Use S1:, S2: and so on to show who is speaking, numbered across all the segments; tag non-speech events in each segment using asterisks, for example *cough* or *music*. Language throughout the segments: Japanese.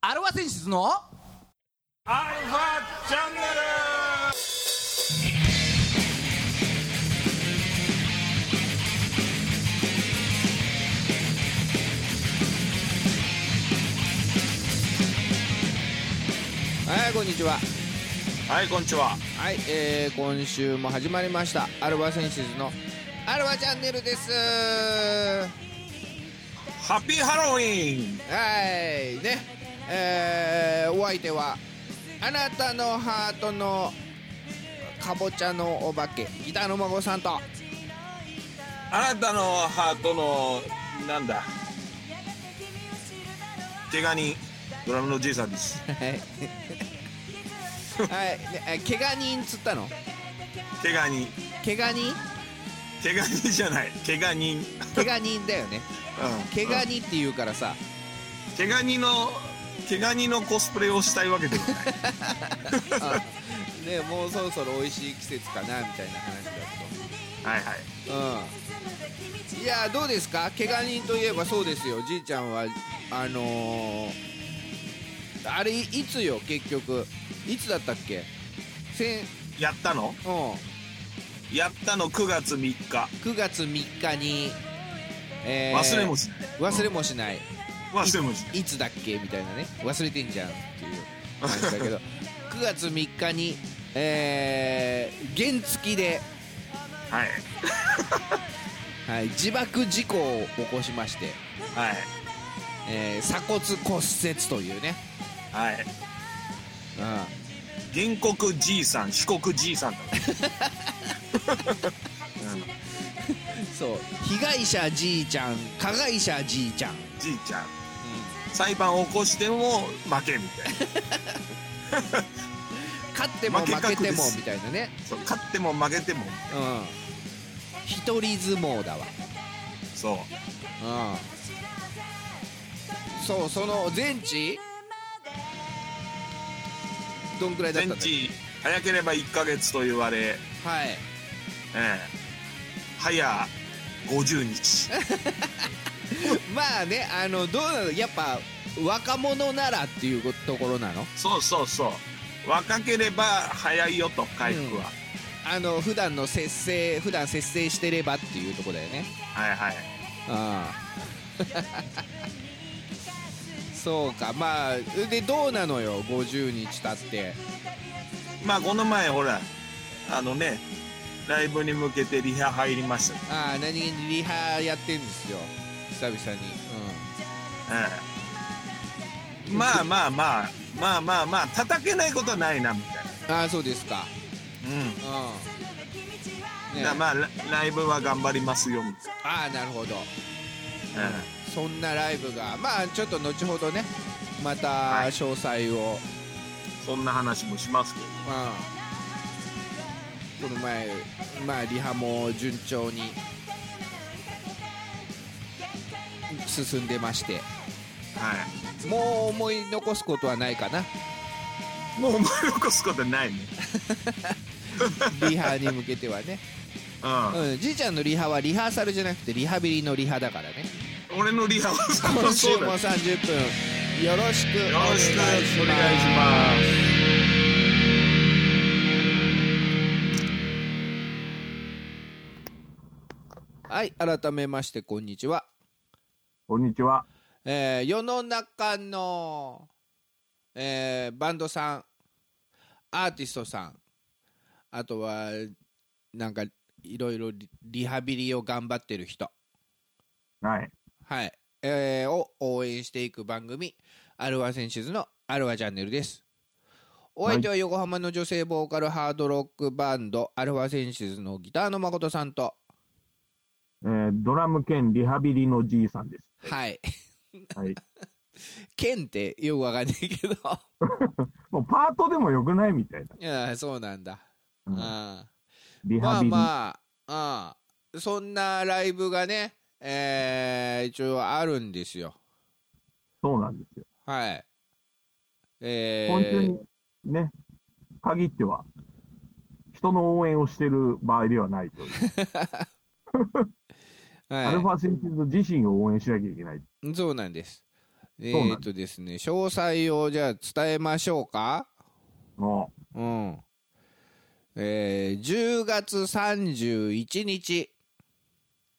S1: アルファ選出の
S2: アルファチャンネル
S3: はいこんにちは
S2: はいこんにちは
S3: はい、えー、今週も始まりましたアルバセンシズのアルバチャンネルです
S2: ハッピーハロウィン
S3: はいねえー、お相手はあなたのハートのかぼちゃのお化けギターの孫
S1: *laughs*
S3: さんとは
S2: あなたのハートのなんだ怪我人ドラムのじいさんです
S3: いはい、ね、えー怪我人っつったの
S2: 怪我人
S3: 怪我人
S2: 怪我人じゃない怪我人
S3: 怪我人だよね
S2: う
S3: 怪
S2: ん
S3: 我人って言うからさ
S2: 怪我人の怪我人のコスプレをしたいわけでも *laughs* ない
S3: あねもうそろそろ美味しい季節かなみたいな話だ
S2: はいはい
S3: とうんいやどうですか怪我人といえばそうですよじいちゃんはあのー、あれいつよ結局いつだったっけせん、うん、
S2: やったのやったの9月3日
S3: 9月3日に、えー
S2: 忘れもしない
S3: 忘れもしない
S2: 忘れもしない
S3: いつだっけみたいなね忘れてんじゃんっていう話だけ
S2: *laughs*
S3: ど9月3日にえー、原付きで、
S2: はい
S3: はい、自爆事故を起こしまして、
S2: はい
S3: えー鎖骨骨折というね、
S2: はい
S3: うん、
S2: 原告じいさん被告じいさんだね
S3: そう被害者じいちゃん加害者じいちゃん、うん、
S2: じいちゃん裁判を起こしても負けみたいな
S3: 勝っても
S2: 負け
S3: 負
S2: 確
S3: けても
S2: です
S3: みたいなね、
S2: そう勝っても負けても
S3: うん、一人相撲だわ
S2: そ
S3: う
S2: う
S3: んそうその全治どんくらいだった
S2: 全
S3: んだっけ
S2: 治早ければ1ヶ月と言われ、え
S3: はい *laughs*
S2: え早50日
S3: まあねあのどうなのやっぱ若者ならっていうこところなの
S2: そうそうそう若ければ早いよと回復は、
S3: あの普段の節制普段節制してればっていうとこだよね
S2: はいはい
S3: ああ *laughs* そうかまあでどうなのよ50日経って
S2: まあこの前ほらあのねライブに向けてリハ入りました、
S3: ああ何気にリハやってんですよ久々に
S2: ええまあまあまあまあまあまあ叩けないことはないなみたいな
S3: うんああそうですか
S2: うん
S3: うん、
S2: だからまあラライブは頑張りますよみたい
S3: ああなるほど
S2: な、
S3: そんなライブがまあちょっと後ほどねまた
S2: はい
S3: 詳細を、
S2: そんな話もしますけど
S3: うん、この前まあリハも順調に進んでまして
S2: は
S3: もう思い残すことはないかない
S2: もう思い起こすことないね
S3: リハに向けてはね、
S2: う
S3: うん、じいちゃんのリハはリハーサルじゃなくてリハビリのリハだからね
S2: ん俺のリハは
S3: 今週
S2: そう
S3: も
S2: だよ
S3: 30分よろしくお
S2: よ
S3: 願
S2: ろ
S3: い
S2: し
S3: し
S2: く
S3: ます
S2: お願いします
S3: はい改めましてこんにちは
S2: こんにちは
S3: えー世の中の、えーバンドさんアーティストさんあとはなんかいろいろリリハビリを頑張ってる人、
S2: はい
S3: はいえーを応援していく番組「アルワセンシズ」の「アルワチャンネル」ですお相手は横浜の女性ボーカルハードロックバンドアルファセンシズのギターの誠さんと
S2: えドラム兼リハビリのじいさんです
S3: はい *laughs*
S2: はい
S3: ケンってよくわかんないけど *laughs*
S2: もうパートでもよくないみたい
S3: いやそうなんだ
S2: うん
S3: うん
S2: リ
S3: まあまあ、うん、そんなライブがね、えー一応あるんですよ。
S2: そうなんですよ
S3: はい。えー
S4: 今週にね、限っては、人の応援をしてる場合ではないという、アルフ
S3: は
S4: ァセンシズ自身を応援しなきゃいけない。
S3: い、そうなんです。え
S2: そうな
S3: ー、
S2: ん
S3: っとですね、詳細をじゃあ伝えましょうか。
S2: も
S3: うん。えー、10月31日。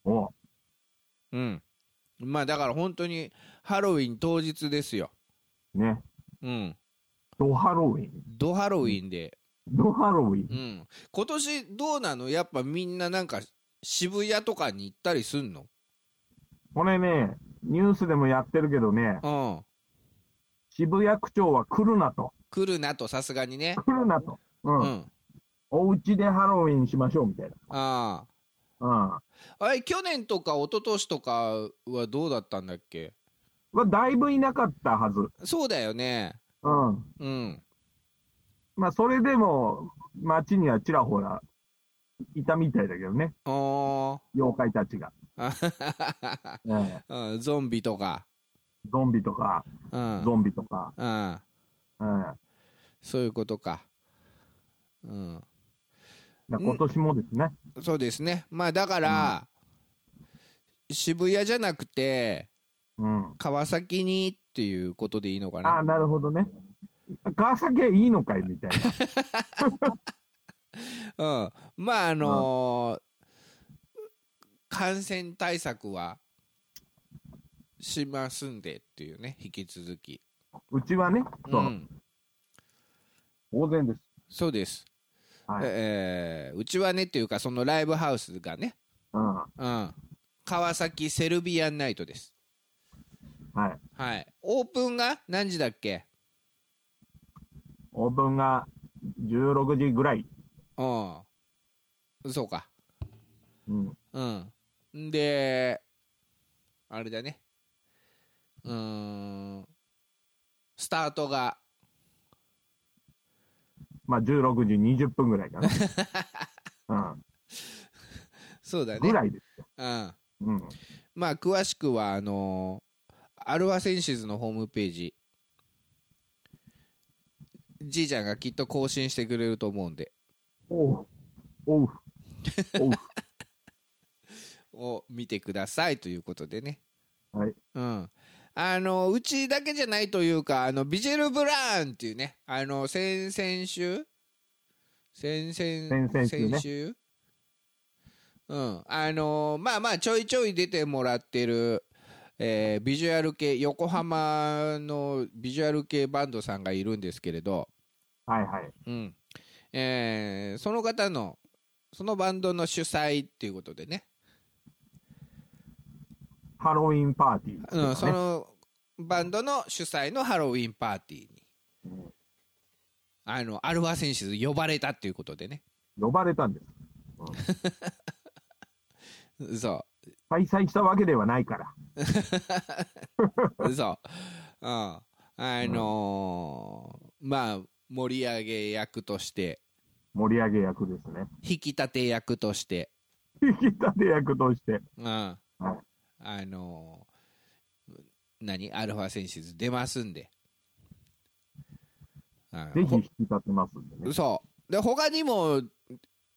S2: う、も
S3: うん。まあだから本当にハロウィン当日ですよ。
S2: う、ね、
S3: うん。
S2: ドハロウィン。
S3: ドハロウィンで。
S2: ドハロウィン
S3: う。ん。今年どうなのやっぱみんななんか渋谷とかに行ったりすんの
S2: これね、ニュースでもやってるけどね、
S3: うん。
S2: 渋谷区長は来るなと。
S3: 来るなとさすがにね。
S2: 来るなと。う。
S3: うんん。
S2: お家でハロウィンしましょうみたい
S3: ああ。
S2: な。
S3: あれ、去年とか一昨年とかはどうだったんだっけ
S2: うん。はだいぶいなかったはず。
S3: そうだよね。
S2: うん。
S3: うん。
S2: まあ、それでも、街にはちらほら、いたみたいだけどね、
S3: あ
S2: 妖怪たちが。
S3: あ。
S2: ええ
S3: *laughs* うんゾンビとか。
S2: ゾンビとか、
S3: うん。
S2: ゾンビとか。
S3: うん。
S2: ええ
S3: そういうことか。うん。
S2: だから今年もですね、
S3: そうですね。まあだから、渋谷じゃなくて、
S2: うん。
S3: 川崎にっていうことでいいのか
S2: あ
S3: な。
S2: あ、なるほどね。川崎はいいのかいみたい
S3: *laughs*
S2: な。
S3: うん。まああのー感染対策はしますんでっていうね、引き続き。
S2: うちはね、
S3: う
S2: そう、
S3: ん。
S2: 当然です。
S3: そうです。
S2: はい。
S3: えーうちはねっていうか、そのライブハウスがね、
S2: うん。は
S3: うん。川崎セルビアンナイトです。
S2: い。
S3: はい。オープンが何時だっけ
S2: オープンが16時ぐらい。
S3: うん。そうか。
S2: うん。
S3: うん。んで、あれだね。うーん。スタートが、
S2: まあ、16時20分ぐらいか
S3: *laughs*
S2: な。
S3: そう
S2: う
S3: だ
S2: ん。ぐ
S3: ね。
S2: らいです。
S3: うん。
S2: うん。
S3: まあ、詳しくは、あのーアルファセンシズのホームページ。じいちゃんがきっと更新してくれると思うんで、
S2: おう。おう。
S3: *laughs*
S2: おう。
S3: を見てくださいということでね。
S2: はい。
S3: うん。あの、うちだけじゃないというか、あの、ビジェル・ブラーンっていうね、あの、先々週先々
S2: 々週ね
S3: 先週うん。あの、まあまあ、ちょいちょい出てもらってる、えービジュアル系、横浜のビジュアル系バンドさんがいるんですけれど、
S2: はいはい。
S3: うん。えーその方の、そのバンドの主催っていうことでね、
S2: ハロウィンパーティー、
S3: うん、そ
S2: ね。
S3: のバンドの主催のハロウィンパーティーに、
S2: うん
S3: あのアルファ選手呼ばれたっていうことでね、
S2: 呼ばれたんです。
S3: そ
S2: 開催したわけではないから。
S3: う、 *laughs* そう、うん、あのーまあ、盛り上げ役として、
S2: 盛り上げ役ですね。
S3: 引き立て役として、
S2: 引き立て役として。
S3: うん、あのー何、アルファ選手出ますんで。うん
S2: ぜひ引き立てますんでね。
S3: そう。で、他にも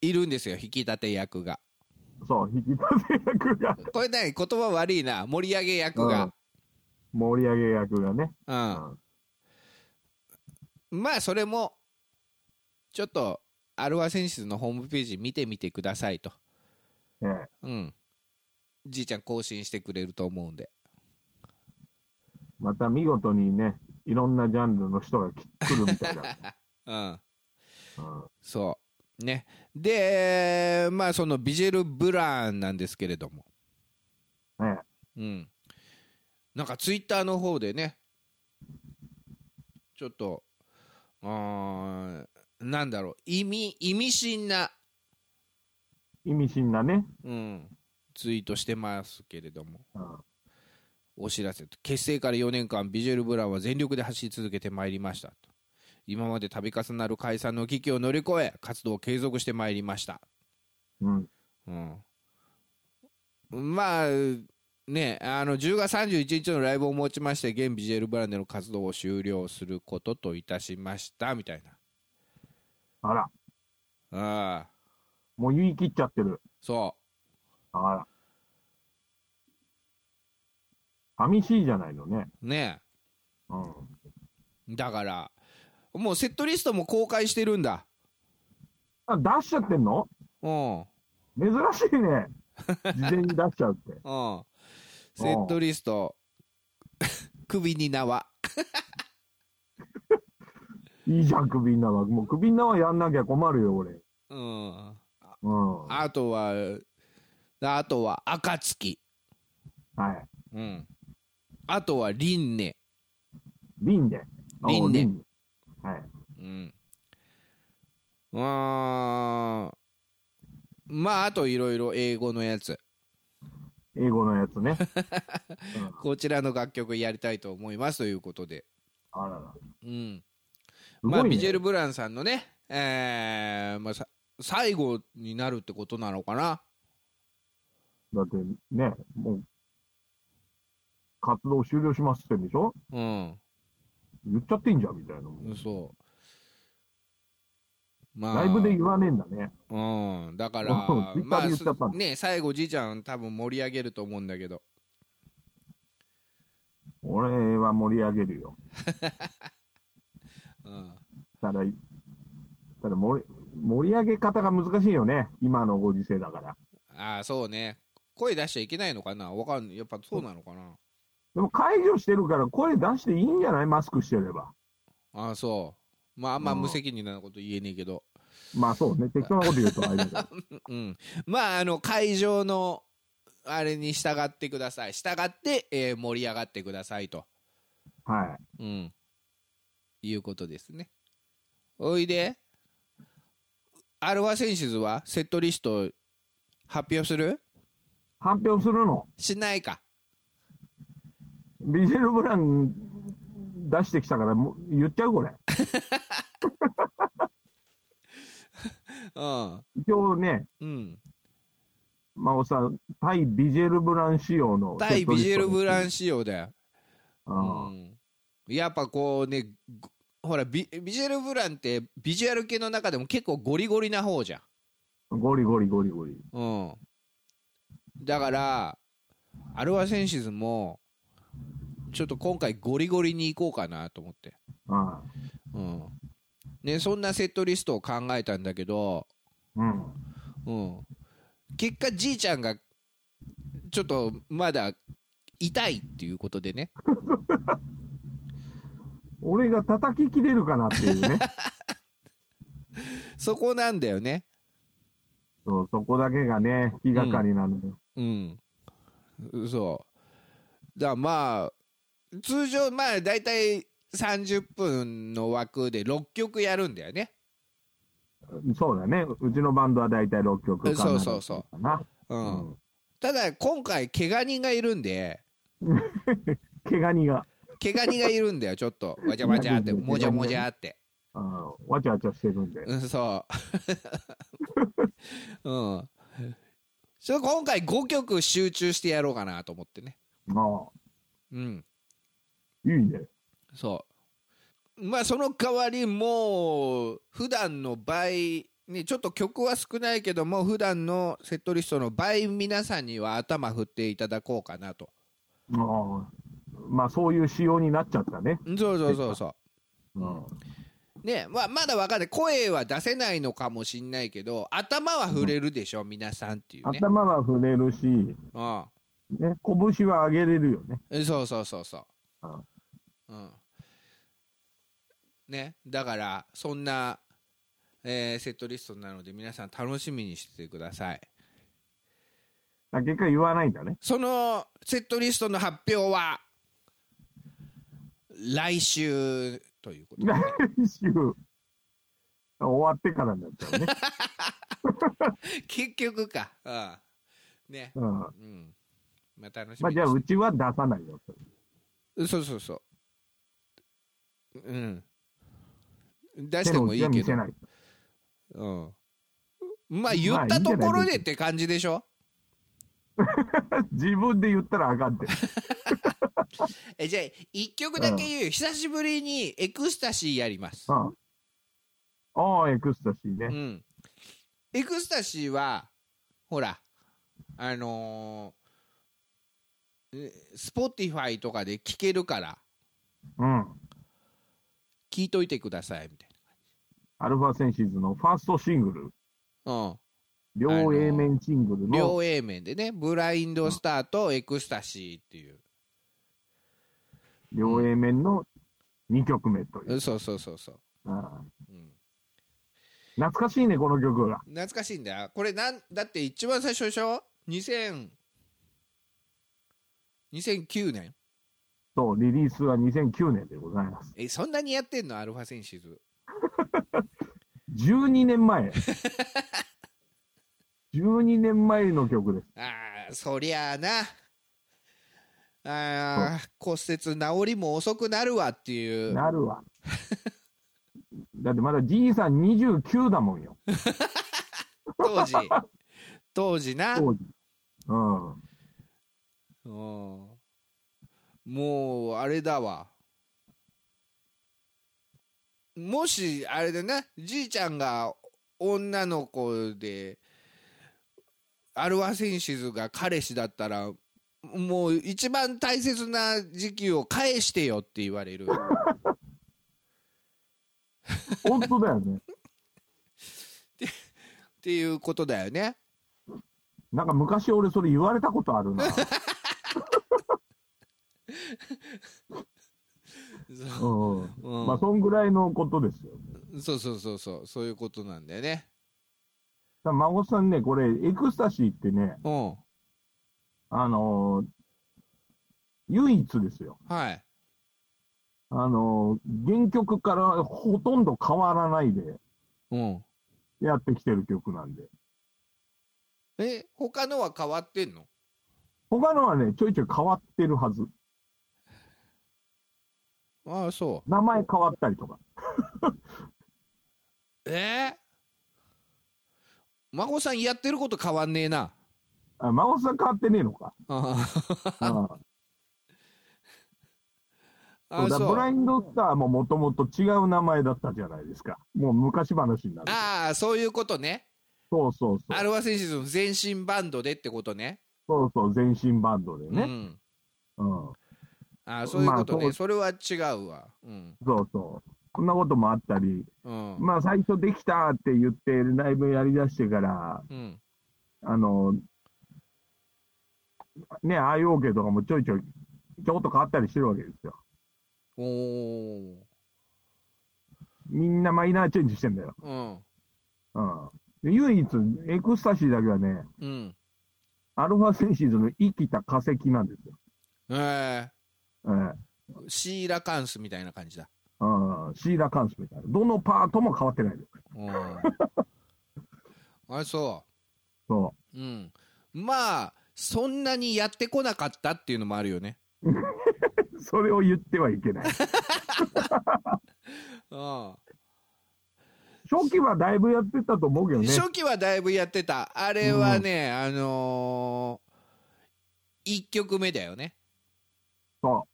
S3: いるんですよ、引き立て役が。
S2: そう、引き立て役が、
S3: これ何言葉悪いな。盛り上げ役が。
S2: 盛り上げ役がね。
S3: う。
S2: うんん。
S3: まあ、それも、ちょっと、アルファセンシズのホームページ見てみてくださいと。
S2: ええ
S3: うん。じいちゃん更新してくれると思うんで。
S2: また見事にね、いろんなジャンルの人が来来るみたいな。
S3: うん。
S2: うん
S3: そう。ね。で、まあ、そのビジェル・ブラーンなんですけれども。
S2: ね
S3: うん。なんか、ツイッターの方でね、ちょっと、うーんなんだろう、意味、意味深な、
S2: 意味深なね、
S3: うん、ツイートしてますけれども、
S2: うん
S3: お知らせと、結成から4年間、ビジュエル・ブラウンは全力で走り続けてまいりましたと。今まで度重なる解散の危機を乗り越え、活動を継続してまいりました。
S2: うん、
S3: うん、まあ、ね、あの10月31日のライブをもちまして、現ビジュエル・ブラウンでの活動を終了することといたしましたみたいな。
S2: あら、
S3: ああ、
S2: もう言い切っちゃってる。
S3: そ
S2: あら。寂しいじゃないのね。
S3: う、ねえ
S2: うん。
S3: だからもうセットリストも公開してるんだ
S2: あ、出しちゃってんの
S3: うんうん
S2: 珍しいね。事前に出しちゃうって。
S3: セットリスト *laughs* 首に縄
S2: いいじゃん、クビンナは。もうクビンナはやんなきゃ困るよ、俺。
S3: うん
S2: うん。は
S3: あとはあとは暁
S2: い。
S3: うんあとは輪廻
S2: リンで。
S3: リンネ
S2: おネはい。
S3: うんうーんまああといろいろ英語のやつ
S2: 英語のやつ
S3: *laughs*
S2: ね。うん
S3: こちらの楽曲やりたいと思いますということで、
S2: あらら。
S3: うん
S2: すごいね、
S3: まあビジェル・ブランさんのね、えーまあ、さ最後になるってことなのかな
S2: だってね、もう、活動終了しますってんでしょ
S3: うん
S2: 言っちゃっていいんじゃん、みたいな。
S3: そうまあ
S2: ライブで言わねえんだね。
S3: うんだから
S2: Twitter
S3: ま
S2: で言っちゃった
S3: あ
S2: の
S3: ね最後じいちゃん多分盛り上げると思うんだけど
S2: 俺は盛り上げるよ。
S3: うん
S2: ただ、ただ盛り盛り上げ方が難しいよね。今のご時世だから。
S3: ああそうね声出しちゃいけないのかなわかんないやっぱそうなのかな
S2: でも解除してるから声出していいんじゃないマスクしてれば。
S3: ああそうまああんま
S2: うん
S3: 無責任なこと言えねえけど
S2: まあそうね。適当なこと言うとあれだ
S3: *laughs*
S2: けど。
S3: うん、まああの会場のあれに従ってください従って、えー盛り上がってくださいと、
S2: は
S3: うん、いうことですねおいでアルファセンシズはセットリスト発表する
S2: い。発表するの。
S3: しないか
S2: ビジェルブラン出してきたからもう言っちゃうこれ。
S3: うん
S2: 一応ね、
S3: うん
S2: 真央さん、対ビジェルブラン仕様のセ
S3: 対
S2: ット
S3: ビ
S2: リストです。
S3: ジュエル・ブラン仕様だよ
S2: う。
S3: うんんやっぱこうねごほらビビジュエル・ブランってビジュアル系の中でも結構ゴリゴリな方じゃん
S2: ゴリゴリゴリゴリ。
S3: うん、だからアルファセンシズもちょっと今回ゴリゴリに行こうかなと思って、
S2: うん。
S3: うんね、そんなセットリストを考えたんだけど、
S2: うん。
S3: うん、結果じいちゃんがちょっとまだ痛いっていうことでね
S2: 俺が叩き切れるかなってい
S3: *laughs*
S2: うね。
S3: そこなんだよね
S2: そう、そこだけがね、気がかりなのよ。
S3: うんそうだからまあ通常まあ大体30分の枠で6曲やるんだよね
S2: そうだね。うちのバンドはだいたい6曲かな。。
S3: そうそうそう
S2: な。
S3: うんただ今回怪我人がいるんで
S2: 毛ガニが、
S3: 怪我人がいるんだよちょっとわちゃわちゃってもじゃもじゃって
S2: あーわちゃわちゃしてるんで。
S3: うんそううん *laughs* ちょっと今回5曲集中してやろうかなと思ってね
S2: ま
S3: うん
S2: あ、いいね。
S3: そうまあその代わりもう普段の倍にちょっと曲は少ないけども普段のセットリストの倍皆さんには頭振っていただこうかなと
S2: あーまあ、そういう仕様になっちゃったね。
S3: うんそうそうそうそう
S2: うん。
S3: ねまあ、まだわかんない声は出せないのかもしんないけど頭は触れるでしょ、皆さんっていうね
S2: 頭は触れるし、
S3: うん
S2: ね、拳は上げれるよね。
S3: えそうそうそうそう
S2: あ
S3: うんねだからそんな、えーセットリストなので皆さん楽しみにしててください
S2: あ結果言わないんだね。
S3: そのセットリストの発表は来週ということで
S2: 来週、 *laughs* 終わってからになっちゃ
S3: *laughs*
S2: うね。
S3: 結局かうんね
S2: うん。
S3: うんまあ楽し
S2: まあ、
S3: みに
S2: じゃあ、うちは出さないよ。
S3: そうそうそう。うん。出し
S2: 手
S3: て
S2: の
S3: もい
S2: 内
S3: い
S2: は
S3: け
S2: 見せ
S3: ど。
S2: ない。 *laughs*
S3: うん。まあ言ったところでって感じでしょ
S2: 自分で言ったら
S3: *laughs*
S2: あかんって。
S3: えじゃあ1曲だけ言う、久しぶりにエクスタシーやります
S2: う。ん。ああ、エクスタシー
S3: う
S2: ね。
S3: ん。エクスタシーは、ほら、あのー、スポティファイとかで聴けるから、
S2: うん。
S3: 聞いといてくださいみたい
S2: アルファセンシズのファーストシングル、
S3: な、うん、
S2: 両
S3: あの
S2: A 面シングルの、
S3: 両 A 面でねブラインドスターとエクスタシーっていう、
S2: 両 A 面の2曲目という。
S3: そうそうそうそう、
S2: ああ
S3: うん、
S2: 懐かしいね、この曲が。
S3: 懐かしいんだよこれなんだって一番最初でしょ2000 2009年
S2: そう、リリースは2009年でございます。
S3: えそんなにやってんのアルファセンシズ
S2: 12
S3: *laughs*
S2: 年前。12年前の曲です。
S3: ああそりゃあなあー骨折治りも遅くなるわっていう
S2: なるわ。だってまだじいさん29だもんよ。
S3: 当時当時な
S2: 当時。うん。
S3: うんもうあれだわもしあれだなじいちゃんが女の子でアルワセンシズが彼氏だったらもう一番大切な時期を返してよって言われる
S2: 本当だよね。
S3: っていうことだよね
S2: なんか昔俺それ言われたことあるな。うん。
S3: うん
S2: まあ、そんぐらいのことですよ。
S3: そうそうそうそうそういうことなんだよね
S2: だから孫さんね、これ、エクスタシーってね、
S3: うん
S2: あのー唯一ですよ。
S3: はい
S2: あのー原曲からほとんど変わらないで
S3: うん
S2: やってきてる曲なんで。
S3: え他のは変わってんの
S2: 他のはね、ちょいちょい変わってるはず。
S3: ああそう
S2: 名前変わったりとか。
S3: えー、孫さんやってること変わんねえな。
S2: あ、孫さん変わってねえの *laughs* か。
S3: あ
S2: うん
S3: あ
S2: そうだ
S3: そ
S2: ブラ
S3: う
S2: インドスターももともと違う名前だったじゃないですか。もう昔話になる。
S3: ああそういうことね。
S2: そうそうそ
S3: ア
S2: う。
S3: ルワセンシズの全身バンドでってことね。
S2: そうそう、全身バンドで
S3: う
S2: ね。
S3: ん。
S2: うん。
S3: ああそういうことね、
S2: まあ
S3: それは違うわ。うん。
S2: そうそう。こんなこともあったり、
S3: うん。
S2: まあ最初できたって言ってライブやりだしてから、
S3: うん。
S2: あの、ね、IOK とかもちょいちょい、ちょこっと変わったりしてるわけですよ。
S3: おお。
S2: みんなマイナーチェンジしてんだよ。
S3: うん。
S2: うん。で唯一、エクスタシーだけはね、
S3: うん。
S2: アルファセンシズの生きた化石なんですよ。
S3: え
S2: ええ
S3: えシーラカンスみたいな感じだ。
S2: うんシーラカンスみたいな。どのパートも変わってないです。
S3: うん。あそ。
S2: そう
S3: うん。まあそんなにやってこなかったっていうのもあるよね。
S2: う。それを言ってはい
S3: *laughs*
S2: けない。
S3: うん。
S2: 初期はだいぶやってたと思うけどね。
S3: 初期はだいぶやってたあれはね、あのー、1曲目だよね
S2: そ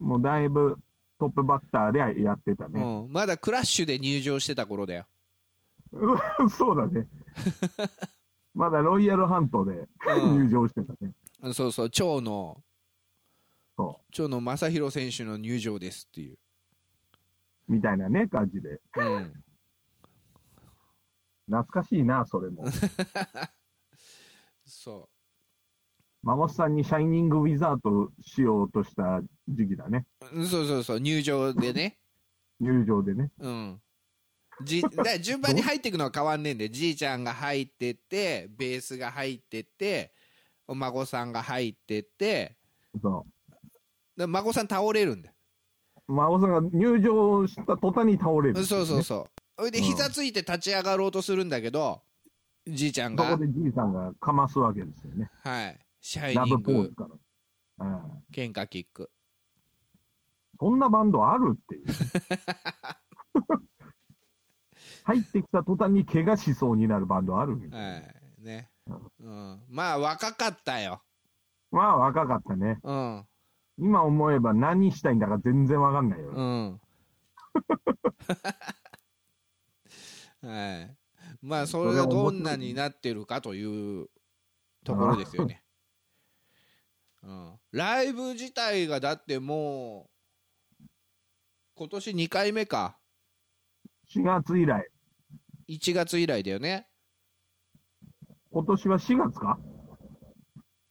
S2: う。もうだいぶトップバッターでやってたね。
S3: うん、まだクラッシュで入場してた頃だよ、
S2: *laughs* そう
S3: *laughs*
S2: だね。まだロイヤルハントで
S3: うん
S2: 入場してたね。
S3: あのそうそう蝶野
S2: そ
S3: 蝶野正弘選手の入場ですっていう、
S2: う。みたいなね、感じで。
S3: うん、
S2: 懐かしいな、それも。
S3: そ
S2: 孫さんにシャイニングウィザードしようとした時期だね。
S3: ううんそうそうそう入場でね、
S2: 入場でね。
S3: うん、
S2: *laughs*
S3: じだから順番に入っていくのは変わんねえんでじいちゃんが入ってってベースが入ってってお孫さんが入ってって
S2: そ
S3: で孫さん倒れるんだよ
S2: う。孫さんが入場した途端に倒れる、
S3: そうそう
S2: ね
S3: そう。それで
S2: うん
S3: 膝ついて立ち上がろうとするんだけど、じいちゃん
S2: そこ
S3: が、
S2: でじいさんがかますわけですよね。
S3: はい、シャイ
S2: ラ
S3: ニン
S2: ブポーズ
S3: グ、
S2: から。うん
S3: 喧嘩キック。
S2: そんなバンドあるっていう。
S3: *laughs*
S2: 入ってきた途端に怪我しそうになるバンドあるみたいな
S3: はい、ね。うん、まあ、若かったよ。
S2: まあ若かったね。
S3: うん、
S2: 今思えば何したいんだか全然わかんないよ。
S3: うん。はい。まあ、それがどんなになってるかというところですよね。うん、ライブ自体がだってもう今年2回目か
S2: 4月以来。
S3: 1月以来だよね
S2: 今年は4月か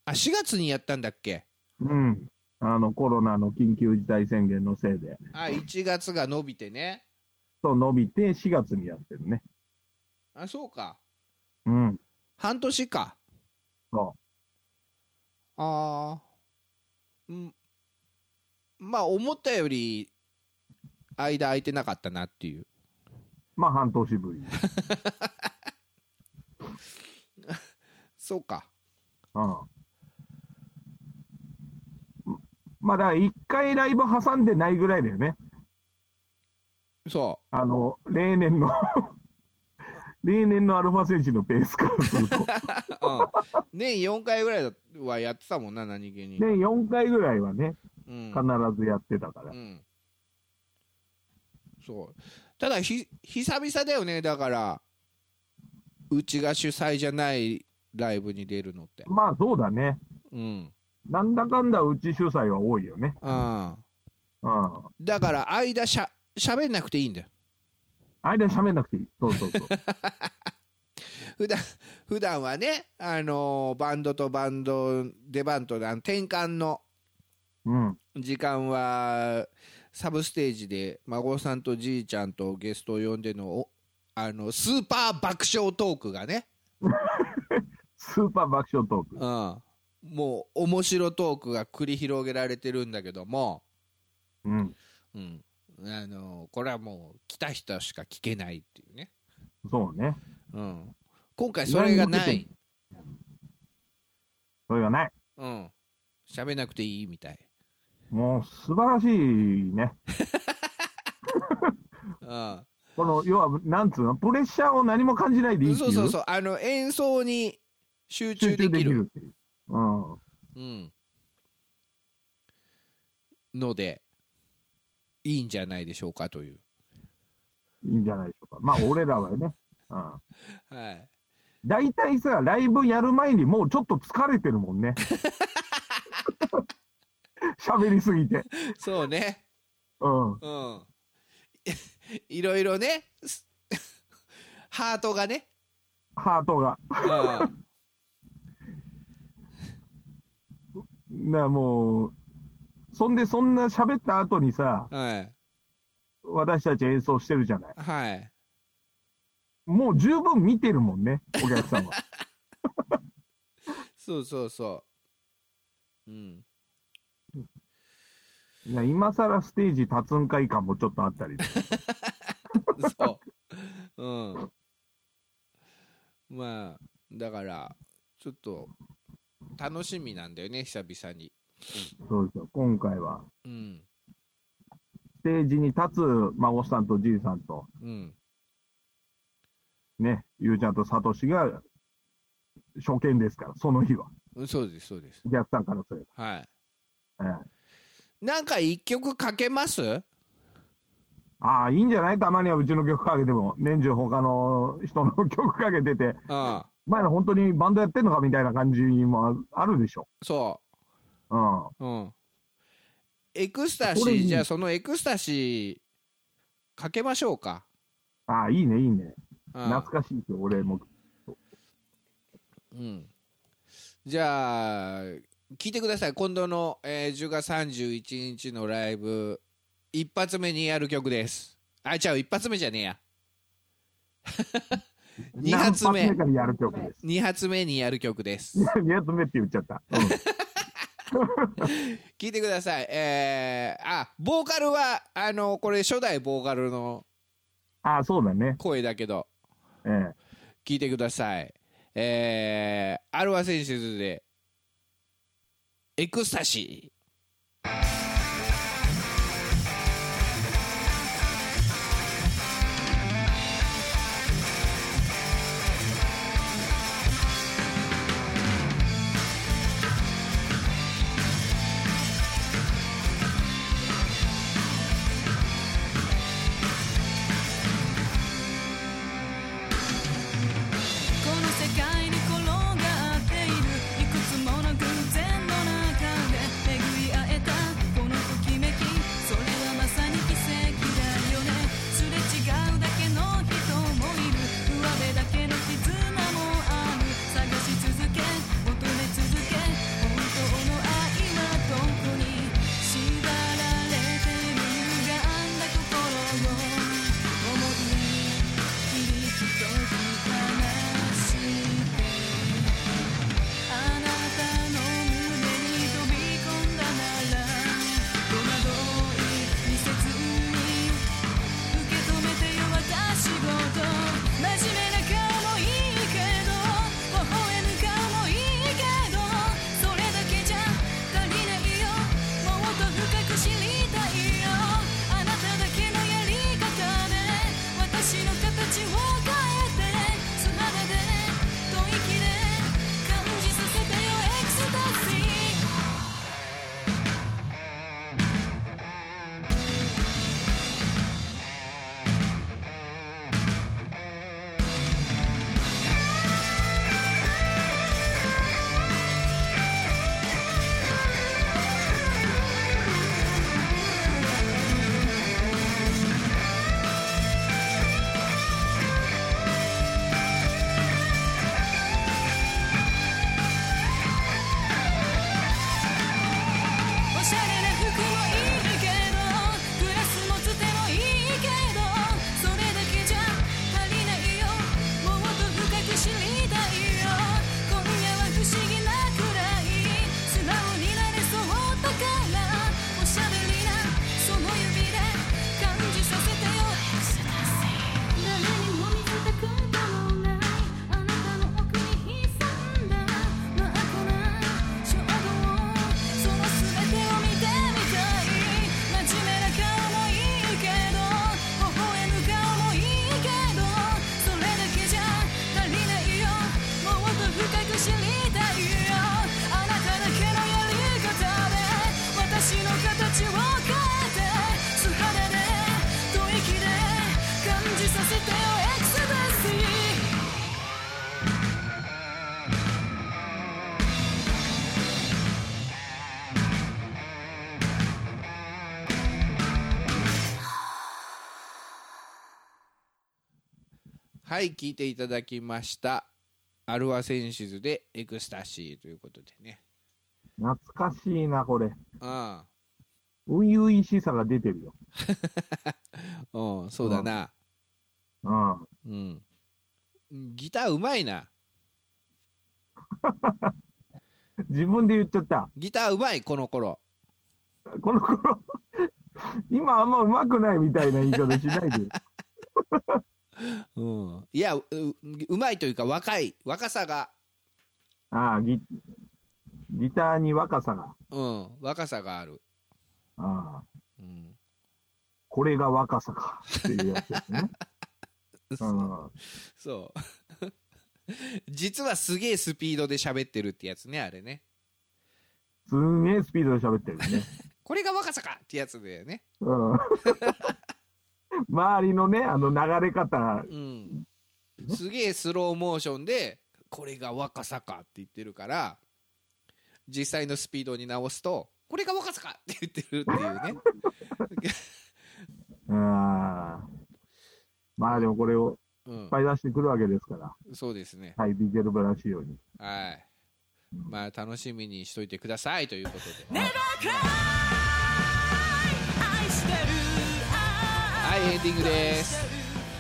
S3: あ4月にやったんだっけ
S2: うん。あの、コロナの緊急事態宣言のせいで。
S3: あ1月が伸びてね
S2: と伸びて4月にやってるね。
S3: あそうか
S2: うん。
S3: 半年か
S2: そ
S3: ああうんまあ思ったより間空いてなかったなっていう
S2: う。まあ、半年ぶり。
S3: そうか
S2: うん。まあ、だから1回ライブ挟んでないぐらいだよね。
S3: そ
S2: あの、例年の、 *laughs* 例年のアルファ選手のペースからすると。
S3: う、うん、年4回ぐらいはやってたもんな何気に、
S2: で、4回ぐらいはね、
S3: うん
S2: 必ずやってたから
S3: う。ん、そうただひ久々だよねだからうちが主催じゃないライブに出るのって
S2: まあ、そうだね。
S3: うん、
S2: なんだかんだうち主催は多いよね。
S3: うん、
S2: うん。
S3: だから間しゃ喋んなくていいんだよ
S2: 間喋んなくていい。そうそうそう。
S3: 普段 *laughs* 普段はね、あのーバンドとバンド出番とあの転換の
S2: うん。
S3: 時間はサブステージで孫さんとじいちゃんとゲストを呼んでのおあのスーパー爆笑トークがね、
S2: スーパー爆笑トーク。
S3: うん、もう面白トークが繰り広げられてるんだけども、
S2: うん。
S3: うんあのーこれはもう来た人しか聞けないっていうね、
S2: そうね。
S3: うん、今回それがな
S2: 何
S3: い
S2: も、それがない。
S3: うん、喋んなくていいみたい。
S2: もう素晴らしいね。
S3: うん
S2: この、要は、なんつうの、プレッシャーを何も感じないでいいって
S3: そ
S2: いうう。
S3: そうそうあの演奏に集中
S2: 集
S3: で
S2: 中
S3: き
S2: でき
S3: る
S2: るっていう。うん。
S3: うん、のでいいんじゃないでしょうかという、
S2: いいんじゃないでしょうか。まあ、俺らはね。うん。
S3: はい、
S2: 大体さ、ライブやる前にもうちょっと疲れてるもんね。喋りすぎて。
S3: そうね
S2: うん。
S3: うん *laughs* いろいろね *laughs* すハートがね、
S2: ハートが。
S3: うん、
S2: な、もう、そんでそんな喋った後にさ、
S3: はい
S2: 私たち演奏してるじゃない。
S3: はい
S2: もう十分見てるもんね、お客さんは。
S3: そうそうそううん
S2: いや今さらステージ立つんかい感もちょっとあったり。
S3: *laughs* そう。うん。まあ、だから、ちょっと、楽しみなんだよね、久々に。
S2: そうですよ。今回は、
S3: うん。
S2: ステージに立つ孫さんとじいさんと、
S3: うん。
S2: ね、ゆうちゃんとさとしが、初見ですから、その日は。
S3: そうです、そうです。
S2: お客さんからすれ
S3: は
S2: ば。ええ
S3: い。なんか一曲かけます
S2: ああ、いいんじゃないたまにはうちの曲かけても、年中他の人の曲かけてて、
S3: うん。
S2: 前の本当にバンドやってんのかみたいな感じもあるでしょ。
S3: そ
S2: う
S3: う。
S2: ん。
S3: うん。エクスタシ
S2: これい
S3: ー、
S2: い
S3: じゃあそのエクスタシー、かけましょうか。
S2: ああ、いいね、いいね。
S3: うん
S2: 懐。かしいですよ、俺も。
S3: うん、じゃあ聞いてください今度の、えー10月31日のライブ一発目にやる曲ですあ違う一発目じゃねえや *laughs* 二発目
S2: 何発目からやる曲です。
S3: 二発目にやる曲です
S2: *laughs* 二発目って言っちゃった。うん。
S3: 聞いてくださいえー、あボーカルはあのこれ初代ボーカルの
S2: ああ、そうだね。
S3: 声だけど
S2: ええ。
S3: 聞いてくださいえー、アルファセンシズでエクスタシー
S5: この世界に転がっているいくつもの偶然の中で巡り会えたこの
S3: はい聞いていただきましたアルワセンシズでエクスタシーということでね
S2: 懐かしいな、これ。
S3: うん
S2: 初々しさが出てるよ。
S3: *laughs* うんそうだな
S2: うん。
S3: うんギターうまいな
S2: 自分で言っちゃった。
S3: ギターうまいこの頃
S2: この頃、 *laughs* 今あんま上手くないみたいな言い方しないで。
S3: うんいやううまいというか若い若さが
S2: ああ、ギ、ギターに若さが。
S3: うん若さがある
S2: ああ、
S3: うん
S2: これが若さか。っていうやつですね。うん。
S3: そう *laughs* 実はすげえスピードで喋ってるってやつねあれね
S2: すんげえスピードで喋ってるね。
S3: これが若さかってやつだよね
S2: うん。 *laughs* 周りのね、あの流れ方、
S3: うんすげえスローモーションでこれが若さかって言ってるから実際のスピードに直すとこれが若さかって言ってるっていうね *laughs*
S2: ああまあでもこれを
S3: う
S2: いっ
S3: ん
S2: ぱい出してくるわけですから、
S3: そうですね
S2: はい、ビジェルブラシオに。
S3: はいまあ楽しみにしといてくださいということで
S5: ネバークライ愛してる
S3: はいエンディングです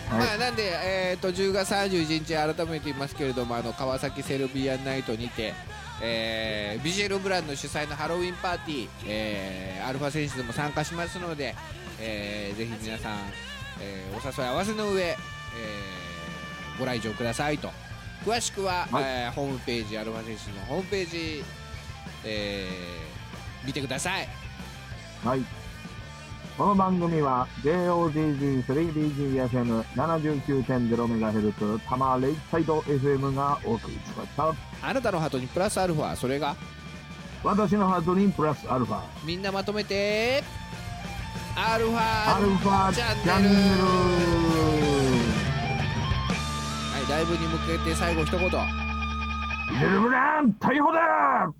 S2: はい
S3: まあ、なんで、えー、と10月31日改めて言いますけれどもあの川崎セルビアンナイトにて、えービジュエルブランド主催のハロウィンパーティー、えーアルファ選手でも参加しますので、えーぜひ皆さん、えーお誘い合わせの上、えーご来場くださいと詳しくは、
S2: はい
S3: えーホームページアルファ選手のホームページ、えー見てください
S2: はい。この番組は JOZZ3DGFM79.0MHz 多摩レイクサイド FM がお送りしました。
S3: あなたのハートにプラスアルファそれが
S2: 私のハートにプラスアルファ、
S3: みんなまとめてアルフ
S2: アルフ
S3: ァ
S2: ァ
S3: チ
S2: チ
S3: ャ
S2: ャ
S3: ン
S2: ン
S3: ネル
S2: ネ
S3: はい、ライブに向けて最後一言
S2: ル。ビジェルブラン逮捕だ